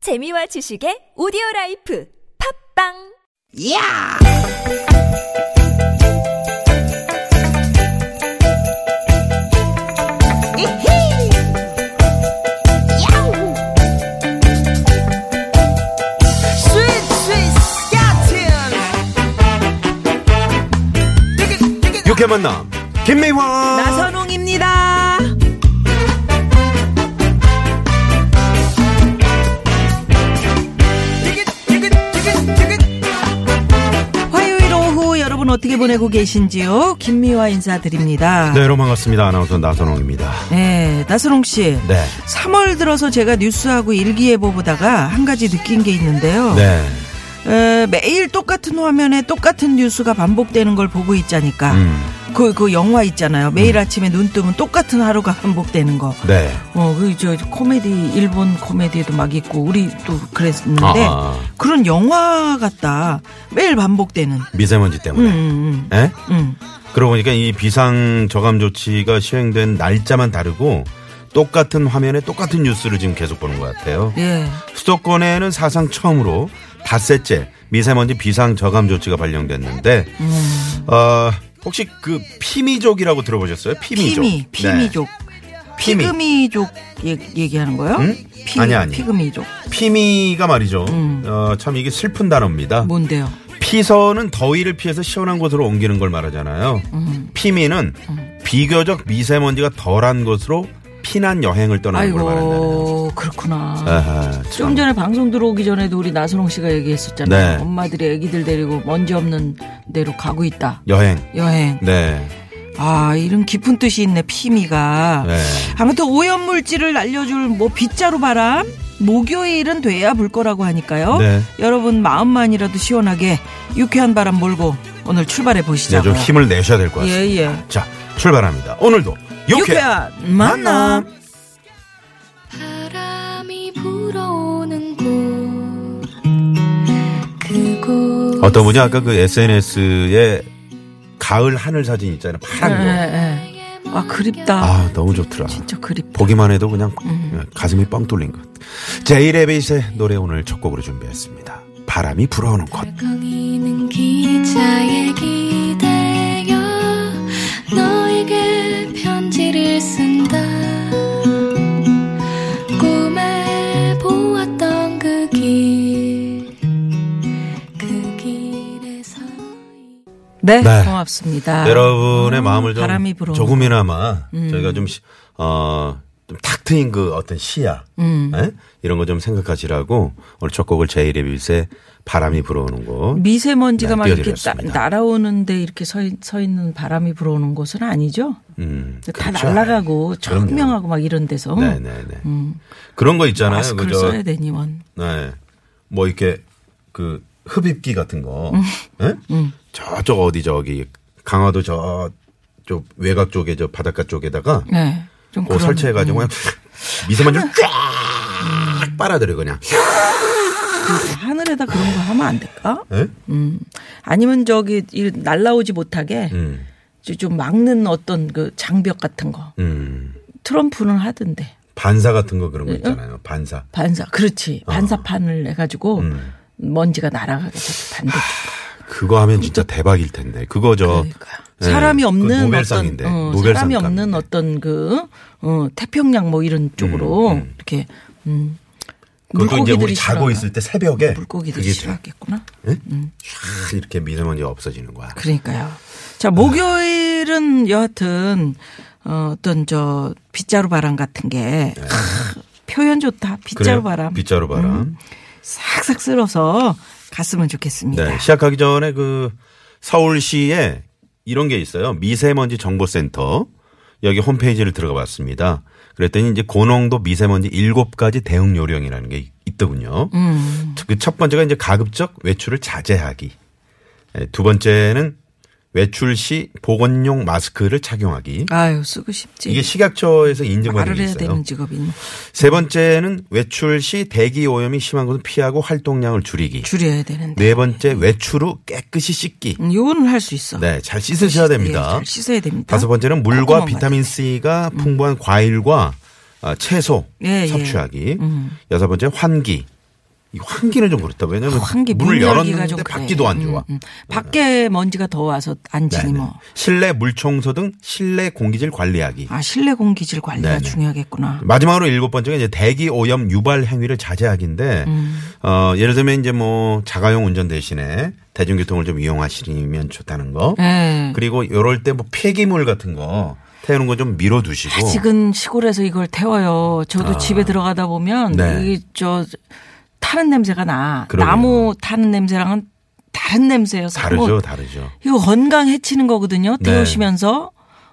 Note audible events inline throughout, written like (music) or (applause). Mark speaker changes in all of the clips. Speaker 1: 재미와 지식의 오디오 라이프 팝빵
Speaker 2: 야! 이히! 야우! 스윗, 스윗, 스캇틴! 티켓, 티켓,
Speaker 3: 육회 만남 김미화
Speaker 2: 나선홍입니다.
Speaker 4: 화요일 오후 여러분 어떻게 보내고 계신지요? 김미화 인사드립니다.
Speaker 3: 네 여러분 반갑습니다 아나운서 나선홍입니다
Speaker 4: 네, 나선홍 씨.
Speaker 3: 네.
Speaker 4: 3월 들어서 제가 뉴스하고 일기예보 보다가 한 가지 느낀 게 있는데요.
Speaker 3: 네
Speaker 4: 에, 매일 똑같은 화면에 똑같은 뉴스가 반복되는 걸 보고 있자니까.
Speaker 3: 음,
Speaker 4: 그, 그 영화 있잖아요. 매일 아침에 눈 뜨면 똑같은 하루가 반복되는 거.
Speaker 3: 네.
Speaker 4: 어, 그, 저, 코미디, 일본 코미디에도 막 있고, 우리 또 그랬는데.
Speaker 3: 아, 아.
Speaker 4: 그런 영화 같다. 매일 반복되는.
Speaker 3: 미세먼지 때문에
Speaker 4: 음, 음,
Speaker 3: 예?
Speaker 4: 음. 음.
Speaker 3: 그러고 보니까 이 비상 저감 조치가 시행된 날짜만 다르고 똑같은 화면에 똑같은 뉴스를 지금 계속 보는 것 같아요
Speaker 4: 예.
Speaker 3: 수도권에는 사상 처음으로 닷새째 미세먼지 비상 저감 조치가 발령됐는데
Speaker 4: 음.
Speaker 3: 어, 혹시 그 피미족이라고 들어보셨어요 피미족
Speaker 4: 피미,
Speaker 3: 네.
Speaker 4: 피미족.
Speaker 3: 피미.
Speaker 4: 피그미족 얘기, 얘기하는 거예요?
Speaker 3: 응?
Speaker 4: 피,
Speaker 3: 아니, 아니.
Speaker 4: 피그미족.
Speaker 3: 피미가 말이죠
Speaker 4: 음.
Speaker 3: 어, 참 이게 슬픈 단어입니다
Speaker 4: 뭔데요?
Speaker 3: 피서는 더위를 피해서 시원한 곳으로 옮기는 걸 말하잖아요. 피미는 비교적 미세먼지가 덜한 곳으로 피난 여행을 떠나는 걸 말한다는. 네.
Speaker 4: 아이고, 그렇구나.
Speaker 3: 아하,
Speaker 4: 좀
Speaker 3: 참.
Speaker 4: 전에 방송 들어오기 전에도 우리 나선홍 씨가 얘기했었잖아요.
Speaker 3: 네.
Speaker 4: 엄마들이 아기들 데리고 먼지 없는 데로 가고 있다.
Speaker 3: 여행.
Speaker 4: 여행.
Speaker 3: 네.
Speaker 4: 아, 이런 깊은 뜻이 있네, 피미가.
Speaker 3: 네.
Speaker 4: 아무튼 오염물질을 날려줄 뭐 빗자루 바람? 목요일은 돼야 불 거라고 하니까요.
Speaker 3: 네.
Speaker 4: 여러분 마음만이라도 시원하게 유쾌한 바람 몰고 오늘 출발해
Speaker 3: 이제
Speaker 4: 보시자고요.
Speaker 3: 네,
Speaker 4: 뭐.
Speaker 3: 좀 힘을 내셔야 될 것 같습니다.
Speaker 4: 예, 예.
Speaker 3: 자, 출발합니다. 오늘도
Speaker 4: 유쾌
Speaker 3: 육회.
Speaker 4: 만남.
Speaker 5: 바람이 불어오는 곳 그곳
Speaker 3: 어떤 분이 아까 그 SNS에 가을 하늘 사진 있잖아요. 파란 거.
Speaker 4: 예, 예. 아 그립다.
Speaker 3: 아, 너무 좋더라.
Speaker 4: 진짜 음. 그립다.
Speaker 3: 보기만 해도 그냥 예, 가슴이 뻥 뚫린 것. 제이레빗의 노래 오늘 첫 곡으로 준비했습니다. 바람이 불어오는 곳.
Speaker 5: 걸강이는 기차에 기대어 너에게 편지를 쓴다 꿈에 보았던 그 그길그 그 길에서
Speaker 4: 네,
Speaker 3: 네.
Speaker 4: 고맙습니다.
Speaker 3: 여러분의 마음을 좀
Speaker 4: 아, 바람이 음. 불어.
Speaker 3: 조금이나마 저희가 좀 시- 어, 좀탁 트인 그 어떤 시야
Speaker 4: 음.
Speaker 3: 예? 이런 거 좀 생각하시라고 오늘 첫 곡을 제이레빗의 바람이 불어오는 곳
Speaker 4: 미세먼지가
Speaker 3: 네,
Speaker 4: 막 이렇게 따-
Speaker 3: 띄워드렸습니다.
Speaker 4: 날아오는데 이렇게 서, 있- 서 있는 바람이 불어오는 곳은 아니죠.
Speaker 3: 음,
Speaker 4: 다
Speaker 3: 그렇죠.
Speaker 4: 날아가고
Speaker 3: 그럼요.
Speaker 4: 청명하고 막 이런 데서
Speaker 3: 네네네 그런 거 있잖아요
Speaker 4: 마스크를
Speaker 3: 그저
Speaker 4: 써야 되니 원.
Speaker 3: 네. 뭐 이렇게 그 흡입기 같은 거.
Speaker 4: 음.
Speaker 3: 예? 저쪽 어디 저기 강화도 저쪽 외곽 쪽에 저 바닷가 쪽에다가
Speaker 4: 네, 좀
Speaker 3: 그거
Speaker 4: 그런-
Speaker 3: 설치해가지고 그냥 미세먼지를 쫙 빨아들여 그냥.
Speaker 4: 그 하늘에다 그런 거 하면 안 될까?
Speaker 3: 예?
Speaker 4: 음. 아니면 저기 이 날아오지 못하게
Speaker 3: 음.
Speaker 4: 좀- 좀 막는 어떤 그 장벽 같은 거.
Speaker 3: 음.
Speaker 4: 트럼프는 하던데.
Speaker 3: 반사 같은 거 그런 거 있잖아요. 반사.
Speaker 4: 반사. 그렇지.
Speaker 3: 어.
Speaker 4: 반사판을 해가지고
Speaker 3: 음.
Speaker 4: 먼지가 날아가게 해서 반대.
Speaker 3: 그거 하면 진짜 대박일 텐데. 그거 저
Speaker 4: 그러니까.
Speaker 3: 예,
Speaker 4: 사람이
Speaker 3: 그
Speaker 4: 없는
Speaker 3: 노벨상인데.
Speaker 4: 어떤 어,
Speaker 3: 노벨상
Speaker 4: 사람이
Speaker 3: 값인데.
Speaker 4: 없는 어떤 그 어, 태평양 뭐 이런 쪽으로 이렇게
Speaker 3: 음.
Speaker 4: 음
Speaker 3: 그것도 이제 우리
Speaker 4: 물고기들이
Speaker 3: 자고
Speaker 4: 싫어하나?
Speaker 3: 있을 때 새벽에
Speaker 4: 물고기들이
Speaker 3: 그게
Speaker 4: 싫어하겠구나.
Speaker 3: 쫙 이렇게 미세먼지가 없어지는 거야.
Speaker 4: 그러니까요. 자, 목요일은 여하튼 어, 어떤 저 빗자루 바람 같은 게 크, 표현 좋다. 빗자루
Speaker 3: 네. 그래요?
Speaker 4: 바람
Speaker 3: 빗자루 바람.
Speaker 4: 싹싹 쓸어서 갔으면 좋겠습니다.
Speaker 3: 네. 시작하기 전에 그 서울시에 이런 게 있어요. 미세먼지 정보센터 여기 홈페이지를 들어가 봤습니다. 그랬더니 이제 고농도 미세먼지 일곱 가지 대응 요령이라는 게 있더군요.
Speaker 4: 음.
Speaker 3: 그 첫 번째가 이제 가급적 외출을 자제하기. 예, 두 번째는 외출 시 보건용 마스크를 착용하기.
Speaker 4: 아유, 쓰고 싶지.
Speaker 3: 이게 식약처에서 인증받은
Speaker 4: 말을
Speaker 3: 게
Speaker 4: 해야
Speaker 3: 있어요.
Speaker 4: 되는 직업이
Speaker 3: 세 번째는 외출 시 대기 오염이 심한 곳은 피하고 활동량을 줄이기.
Speaker 4: 줄여야 되는데.
Speaker 3: 네 번째 외출 후 깨끗이 씻기.
Speaker 4: 음, 요거는 할 수 있어.
Speaker 3: 네, 잘 씻으셔야
Speaker 4: 예,
Speaker 3: 됩니다.
Speaker 4: 잘 씻어야 됩니다.
Speaker 3: 다섯 번째는 물과
Speaker 4: 꼼꼼한 음.
Speaker 3: 비타민 C가 풍부한 과일과 아, 채소
Speaker 4: 예, 예.
Speaker 3: 섭취하기. 여섯 번째 환기. 이 환기는 좀 그렇다. 왜냐면
Speaker 4: 환기
Speaker 3: 문을
Speaker 4: 문 열기가
Speaker 3: 열었는데
Speaker 4: 좀 그래.
Speaker 3: 밖이도 안 좋아. 네.
Speaker 4: 음, 음. 밖에 먼지가 더 와서 앉으니
Speaker 3: 네네.
Speaker 4: 뭐.
Speaker 3: 실내 물 청소 등 실내 공기질 관리하기.
Speaker 4: 아 실내 공기질 관리가
Speaker 3: 네네.
Speaker 4: 중요하겠구나.
Speaker 3: 마지막으로 일곱 번째가 이제 대기 오염 유발 행위를 자제하기인데
Speaker 4: 음.
Speaker 3: 어 예를 들면 이제 뭐 자가용 운전 대신에 대중교통을 좀 이용하시면 좋다는 거.
Speaker 4: 예.
Speaker 3: 그리고 이럴 때 뭐 폐기물 같은 거 태우는 거 좀 밀어두시고. 아.
Speaker 4: 아직은 시골에서 이걸 태워요. 저도 집에 들어가다 보면
Speaker 3: 네.
Speaker 4: 이저 타는 냄새가 나.
Speaker 3: 그러게요.
Speaker 4: 나무 타는 냄새랑은 다른 냄새여서
Speaker 3: 다르죠,
Speaker 4: 뭐
Speaker 3: 다르죠.
Speaker 4: 이거 건강 해치는 거거든요.
Speaker 3: 네.
Speaker 4: 태우시면서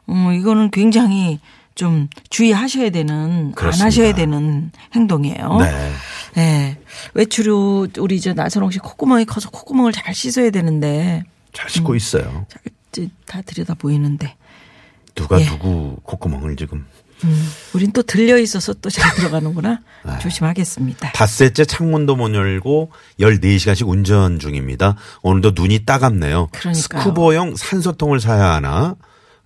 Speaker 4: 음, 이거는 굉장히 좀 주의하셔야 되는
Speaker 3: 그렇습니다.
Speaker 4: 안 하셔야 되는 행동이에요.
Speaker 3: 네.
Speaker 4: 예. 외출후 우리 이제 나선홍 씨 콧구멍이 커서 콧구멍을 잘 씻어야 되는데
Speaker 3: 잘
Speaker 4: 음.
Speaker 3: 씻고 있어요.
Speaker 4: 잘 이제 다 들여다 보이는데
Speaker 3: 누가
Speaker 4: 예.
Speaker 3: 누구 콧구멍을 지금.
Speaker 4: 우린 또 들려 있어서 또
Speaker 3: (laughs)
Speaker 4: 잘 들어가는구나.
Speaker 3: 네.
Speaker 4: 조심하겠습니다.
Speaker 3: 닷새째 창문도 못 열고 14시간씩 운전 중입니다. 오늘도 눈이 따갑네요.
Speaker 4: 그러니까요.
Speaker 3: 스쿠버용 산소통을 사야 하나?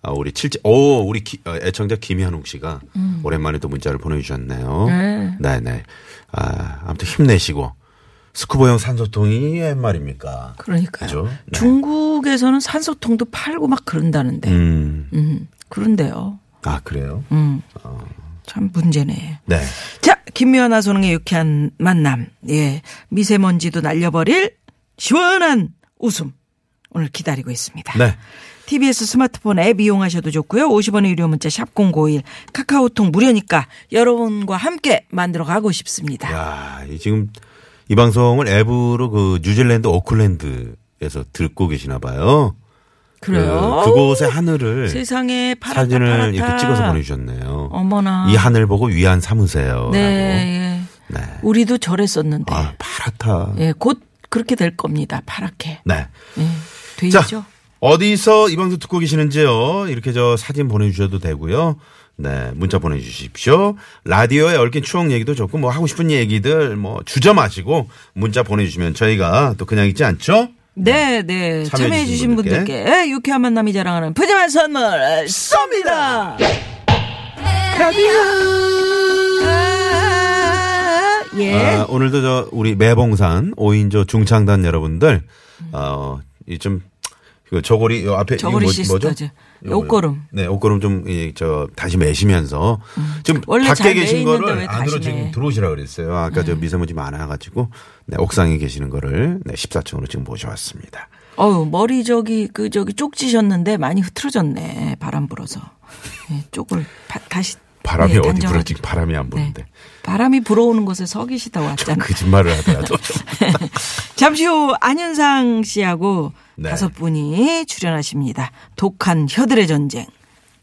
Speaker 3: 아, 우리 칠째, 오, 우리 기- 어, 애청자 김현욱 씨가 오랜만에 또 문자를 보내주셨네요.
Speaker 4: 음. 네.
Speaker 3: 네 아, 아무튼 힘내시고. 스쿠버용 산소통이 웬 말입니까?
Speaker 4: 그러니까요.
Speaker 3: 그죠? 네.
Speaker 4: 중국에서는 산소통도 팔고 막 그런다는데. 음.
Speaker 3: 음,
Speaker 4: 그런데요.
Speaker 3: 아, 그래요?
Speaker 4: 음. 참 문제네.
Speaker 3: 네.
Speaker 4: 자, 김미연아 소능의 유쾌한 만남. 예. 미세먼지도 날려버릴 시원한 웃음. 오늘 기다리고 있습니다.
Speaker 3: 네.
Speaker 4: TBS 스마트폰 앱 이용하셔도 좋고요. 50원의 유료 문자 샵 0951. 카카오톡 무료니까 여러분과 함께 만들어 가고 싶습니다.
Speaker 3: 야, 이 지금 이 방송을 앱으로 그 뉴질랜드 오클랜드에서 듣고 계시나 봐요.
Speaker 4: 그래요.
Speaker 3: 그, 곳의 하늘을
Speaker 4: 세상에 파랗다
Speaker 3: 사진을
Speaker 4: 파랗다.
Speaker 3: 이렇게 찍어서 보내주셨네요.
Speaker 4: 어머나.
Speaker 3: 이 하늘 보고 위안 삼으세요.
Speaker 4: 네, 예.
Speaker 3: 네.
Speaker 4: 우리도 저랬었는데.
Speaker 3: 아, 파랗다.
Speaker 4: 예, 곧 그렇게 될 겁니다. 파랗게.
Speaker 3: 네.
Speaker 4: 예, 돼
Speaker 3: 자,
Speaker 4: 있죠.
Speaker 3: 어디서 이 방송 듣고 계시는지요? 이렇게 저 사진 보내주셔도 되고요. 네, 문자 보내주십시오. 라디오에 얽힌 추억 얘기도 좋고, 뭐 하고 싶은 얘기들, 뭐 주저마시고 문자 보내주시면 저희가 또 그냥 있지 않죠?
Speaker 4: 네, 네. 참여해주신
Speaker 3: 참여해주신 분들께.
Speaker 4: 분들께, 유쾌한 만남이 자랑하는 푸짐한 선물 쏩니다! 아, 예.
Speaker 3: 아, 오늘도 저 우리 매봉산 5인조 중창단 여러분들 어, 이좀 그 저고리 요 앞에 이거
Speaker 4: 저고리
Speaker 3: 뭐-
Speaker 4: 시스터즈.
Speaker 3: 요거-
Speaker 4: 옷걸음.
Speaker 3: 네, 옷걸음 좀 저 다시 매시면서 지금
Speaker 4: 음. 원래
Speaker 3: 밖에
Speaker 4: 잘
Speaker 3: 계신
Speaker 4: 매있는데 왜
Speaker 3: 거를
Speaker 4: 다시 네.
Speaker 3: 안으로
Speaker 4: 매?
Speaker 3: 지금 들어오시라 그랬어요. 아까 저 미세먼지 많아 가지고 네, 옥상에 계시는 거를 네, 14층으로 지금 모셔왔습니다.
Speaker 4: 어우, 머리 저기, 그 저기 쪽지셨는데 많이 흐트러졌네. 바람 불어서. 예, 쪽을 바- 다시.
Speaker 3: 바람이
Speaker 4: 예,
Speaker 3: 어디
Speaker 4: 단정하게.
Speaker 3: 불어 지금 바람이 안 부는데
Speaker 4: 네. 바람이 불어오는 곳에 서 계시다고 왔잖아요.
Speaker 3: 거짓말을
Speaker 4: (laughs)
Speaker 3: 하더라도 좀
Speaker 4: 잠시 후 안윤상 씨하고
Speaker 3: 그 네.
Speaker 4: 다섯 분이 출연하십니다. 독한 혀들의 전쟁.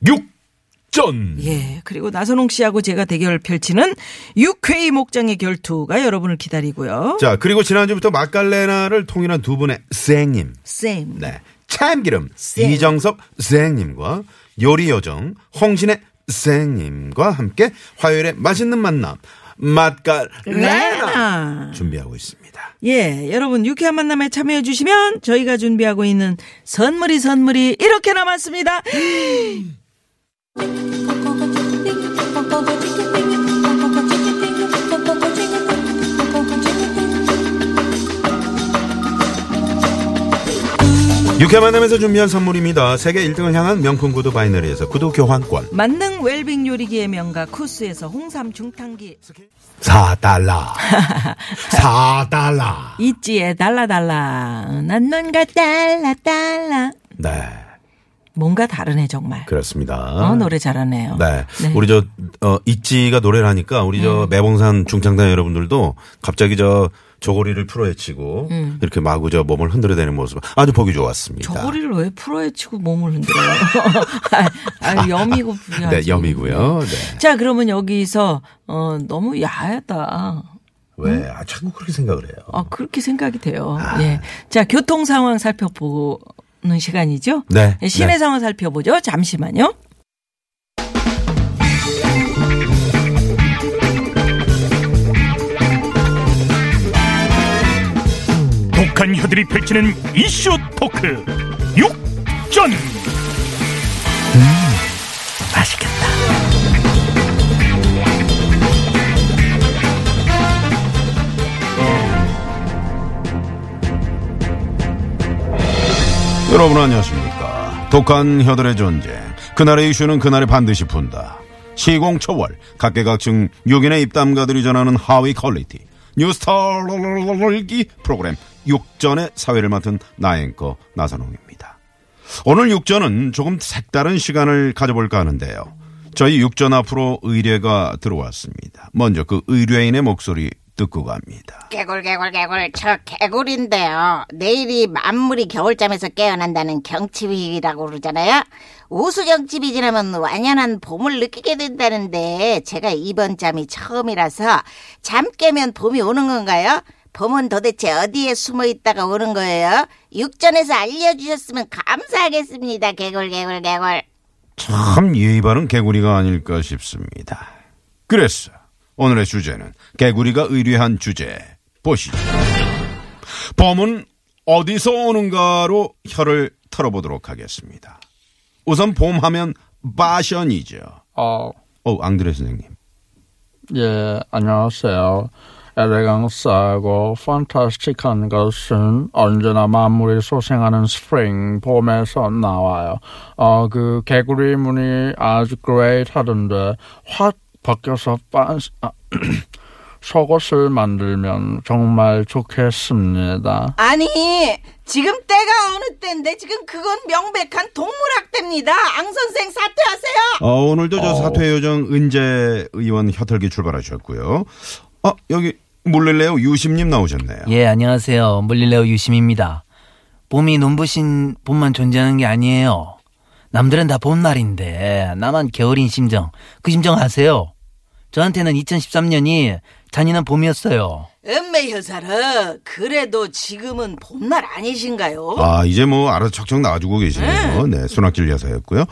Speaker 3: 육전
Speaker 4: 예. 그리고 나선홍 씨하고 제가 대결을 펼치는 육회의 목장의 결투가 여러분을 기다리고요.
Speaker 3: 자 그리고 지난주부터 마갈레나를 통일한 두 분의 쌩님
Speaker 4: 쌤.
Speaker 3: 네. 참기름
Speaker 4: 쌩.
Speaker 3: 이정섭 쌩님과 요리요정 홍신의 쌩님과 함께 화요일에 맛있는 만남 맛깔레나
Speaker 4: 레나.
Speaker 3: 준비하고 있습니다.
Speaker 4: 예, 여러분 유쾌한 만남에 참여해 주시면 저희가 준비하고 있는 선물이 선물이 이렇게 남았습니다.
Speaker 3: 육회 만남에서 준비한 선물입니다. 세계 1등을 향한 명품 구두 바이너리에서 구두 교환권
Speaker 4: 만능 웰빙 요리기의 명가 쿠스에서 홍삼 중탕기 (laughs)
Speaker 3: 4달러 4달러
Speaker 4: 있지에 달라달라 난 뭔가 달라달라
Speaker 3: 네
Speaker 4: 뭔가 다르네 정말.
Speaker 3: 그렇습니다. 아.
Speaker 4: 어 노래 잘하네요. 음.
Speaker 3: 네. 우리 저, 어, 있지가 노래를 하니까 우리 저 매봉산 중창단 여러분들도 갑자기 저 조고리를 풀어헤치고
Speaker 4: 음.
Speaker 3: 이렇게 마구 저 몸을 흔들어대는 모습 아주 보기 좋았습니다.
Speaker 4: 저고리를 왜 풀어헤치고 몸을 흔들어요? (laughs) 아, 아, 염이고 불이하지. 음.
Speaker 3: 네, 염이고요. 네.
Speaker 4: 자 그러면 여기서 어 너무 야하다.
Speaker 3: 왜? 아, 자꾸 그렇게 생각을 해요.
Speaker 4: 아, 그렇게 생각이 돼요.
Speaker 3: 아.
Speaker 4: 예. 자, 교통 상황 살펴보는 시간이죠.
Speaker 3: 네.
Speaker 4: 예, 시내
Speaker 3: 네.
Speaker 4: 상황 살펴보죠. 잠시만요.
Speaker 6: 독한 혀들이 펼치는 이슈 토크 육전
Speaker 4: 맛있겠다.
Speaker 3: 여러분 안녕하십니까. 독한 혀들의 존재. 그날의 이슈는 그날에 반드시 푼다. 시공초월 각계각층 6인의 입담가들이 전하는 하위 퀄리티. 뉴스타기 프로그램 육전의 사회를 맡은 나앵커 나선홍입니다. 오늘 육전은 조금 색다른 시간을 가져볼까 하는데요. 저희 육전 앞으로 의뢰가 들어왔습니다. 먼저 그 의뢰인의 목소리 듣고 갑니다.
Speaker 7: 개굴 개굴 개굴 저 개굴인데요 내일이 만물이 겨울잠에서 깨어난다는 경칩이라고 그러잖아요 우수 경칩이 지나면 완연한 봄을 느끼게 된다는데 제가 이번 잠이 처음이라서 잠 깨면 봄이 오는 건가요? 봄은 도대체 어디에 숨어 있다가 오는 거예요? 육전에서 알려주셨으면 감사하겠습니다 개굴 개굴 개굴
Speaker 3: 참 예의 바른 개구리가 아닐까 싶습니다. 그래서 오늘의 주제는 개구리가 의뢰한 주제 보시죠. 봄은 어디서 오는가로 혀를 털어보도록 하겠습니다. 우선 봄하면 바션이죠.
Speaker 8: 어,
Speaker 3: 어, 앙드레 선생님.
Speaker 8: 예, 안녕하세요. 엘레강스하고 판타스틱한 것은 언제나 만물이 소생하는 스프링, 봄에서 나와요. 어, 그 개구리 문이 아주 그레이트 하던데 확 벗겨서 빤, 아, (clears throat) 속옷을 만들면 정말 좋겠습니다.
Speaker 7: 아니 지금 때가 어느 때인데 지금 그건 명백한 동물학대입니다 앙 선생 사퇴하세요
Speaker 3: 어, 오늘도 저 사퇴 요정 은재 의원 혀털기 출발하셨고요. 아, 여기 물릴레오 유심님 나오셨네요.
Speaker 9: 예, 안녕하세요. 물릴레오 유심입니다. 봄이 눈부신 봄만 존재하는 게 아니에요. 남들은 다 봄날인데 나만 겨울인 심정. 그 심정 아세요? 저한테는 2013년이 잔인한 봄이었어요.
Speaker 7: 음메 효사라 그래도 지금은 봄날 아니신가요?
Speaker 4: 어?
Speaker 3: 아, 이제 뭐 알아서 척척 나와주고 계시네요. 네, 순학질 여사였고요.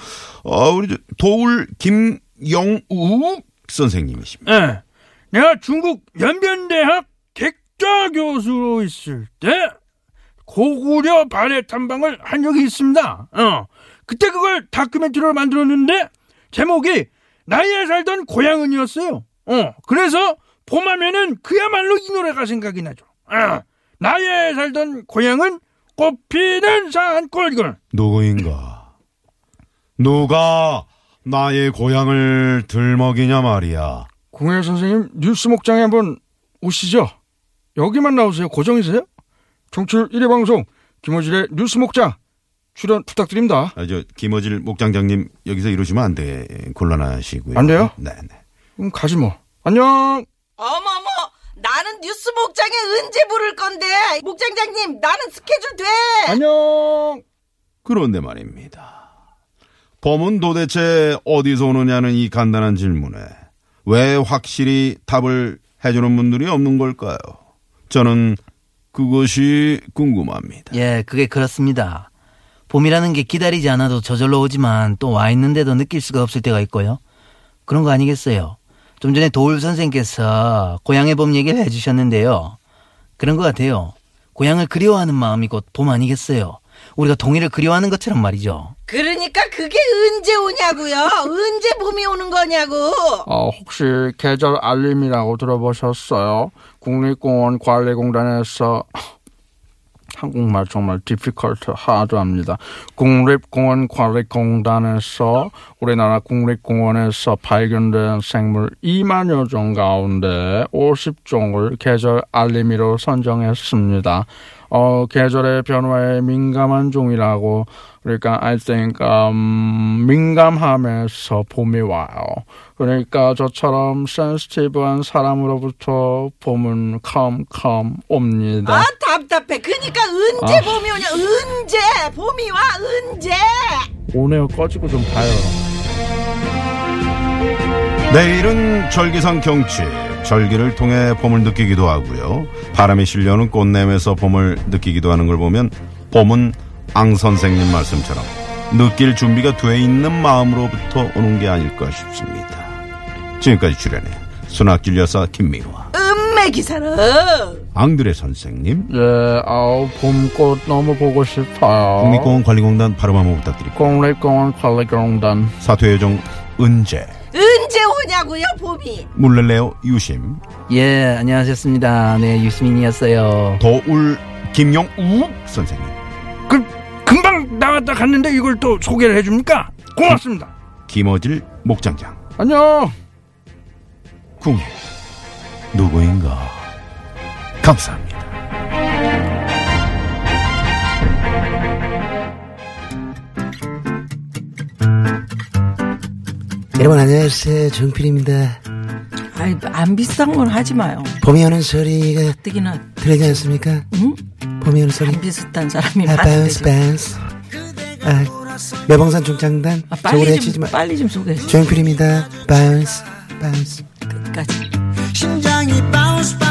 Speaker 3: 어, 우리 저 도울 김영욱 선생님이십니다.
Speaker 10: 예. 내가 중국 연변대학 객자 교수로 있을 때 고구려 발해 탐방을 한 적이 있습니다. 어. 그때 그걸 다큐멘터리로 만들었는데 제목이 나이에 살던 고향은이었어요. 어. 그래서 봄하면은 그야말로 이 노래가 생각이 나죠. 어. 나이에 살던 고향은 꽃피는 산골 이걸.
Speaker 3: 누구인가? 누가 나의 고향을 들먹이냐 말이야.
Speaker 10: 공예 선생님 뉴스 목장에 한번 오시죠. 여기만 나오세요. 고정이세요? 정출 1회 방송 김호질의 뉴스 목장 출연 부탁드립니다.
Speaker 3: 아, 저 김어질 목장장님 여기서 이러시면 안 돼. 곤란하시고요.
Speaker 10: 안 돼요?
Speaker 3: 네, 네.
Speaker 10: 그럼 가지 뭐. 안녕.
Speaker 7: 어머머 나는 뉴스 목장에 은재 부를 건데 목장장님 나는 스케줄 돼
Speaker 4: 네.
Speaker 10: 안녕.
Speaker 3: 그런데 말입니다. 봄은 도대체 어디서 오느냐는 이 간단한 질문에 왜 확실히 답을 해주는 분들이 없는 걸까요? 저는 그것이 궁금합니다.
Speaker 9: 예, 그게 그렇습니다. 봄이라는 게 기다리지 않아도 저절로 오지만 또 와 있는데도 느낄 수가 없을 때가 있고요. 그런 거 아니겠어요? 좀 전에 도울 선생께서 고향의 봄 얘기를 해주셨는데요. 그런 것 같아요. 고향을 그리워하는 마음이 곧 봄 아니겠어요? 우리가 동해를 그리워하는 것처럼 말이죠.
Speaker 7: 그러니까 그게 은재 오냐고요 은재 봄이 오는 거냐고
Speaker 8: 어, 혹시 계절 알림이라고 들어보셨어요? 국립공원 관리공단에서 (laughs) 한국말 정말 difficult 하드합니다. 국립공원 관리공단에서 우리나라 국립공원에서 발견된 생물 2만여 종 가운데 50종을 계절 알림이로 선정했습니다. 어, 계절의 변화에 민감한 종이라고 그러니까 I think 음, 민감하면서 봄이 와요. 그러니까 저처럼 센스티브한 사람으로부터 봄은 캄캄 옵니다.
Speaker 7: 아 답답해 그러니까 은재 봄이 오냐 은재 봄이 와 은재
Speaker 8: 오네요 꺼지고 좀 봐요.
Speaker 3: 내일은 절기상 경치. 절기를 통해 봄을 느끼기도 하고요. 바람이 실려오는 꽃냄에서 봄을 느끼기도 하는 걸 보면 봄은 앙 선생님 말씀처럼 느낄 준비가 돼 있는 마음으로부터 오는 게 아닐까 싶습니다. 지금까지 출연해 순학길 여사 김미화,
Speaker 7: 음메 기사라
Speaker 3: 앙드레 선생님,
Speaker 8: 예, 아우 봄꽃 너무 보고 싶어요.
Speaker 3: 국립공원 관리공단 발음 한번 부탁드리고
Speaker 8: 국립공원 관리공단.
Speaker 3: 사퇴요정 은재,
Speaker 7: 은재 오냐고요 봄이
Speaker 3: 물렐레오 유심,
Speaker 9: 예, 안녕하셨습니다. 네, 유시민이었어요.
Speaker 3: 도울 김영욱 선생님.
Speaker 10: 그 금방
Speaker 8: 나갔다 갔는데 이걸 또 소개를 해줍니까? 고맙습니다.
Speaker 3: 김어질 목장장
Speaker 8: 안녕.
Speaker 3: 궁예 누구인가 감사합니다.
Speaker 9: 여러분 안녕하세요 정필입니다
Speaker 4: 아이, 안 비싼 건 하지 마요.
Speaker 9: 봄이 오는 소리가
Speaker 4: 뜨기나
Speaker 9: 들리지 않습니까?
Speaker 4: 응?
Speaker 9: 봄이 오는 소리
Speaker 4: 안 비슷한 사람이
Speaker 9: 아,
Speaker 4: 많은데
Speaker 9: 바운스
Speaker 4: 지금.
Speaker 9: 바운스 아, 매봉산 중장단
Speaker 4: 아,
Speaker 9: 저 오래
Speaker 4: 빨리
Speaker 9: 해치지
Speaker 4: 좀
Speaker 9: 마
Speaker 4: 빨리 좀 소개해 주세요.
Speaker 9: 조용필입니다 바운스 바운스
Speaker 4: 끝까지.
Speaker 11: 심장이 바운스 바운스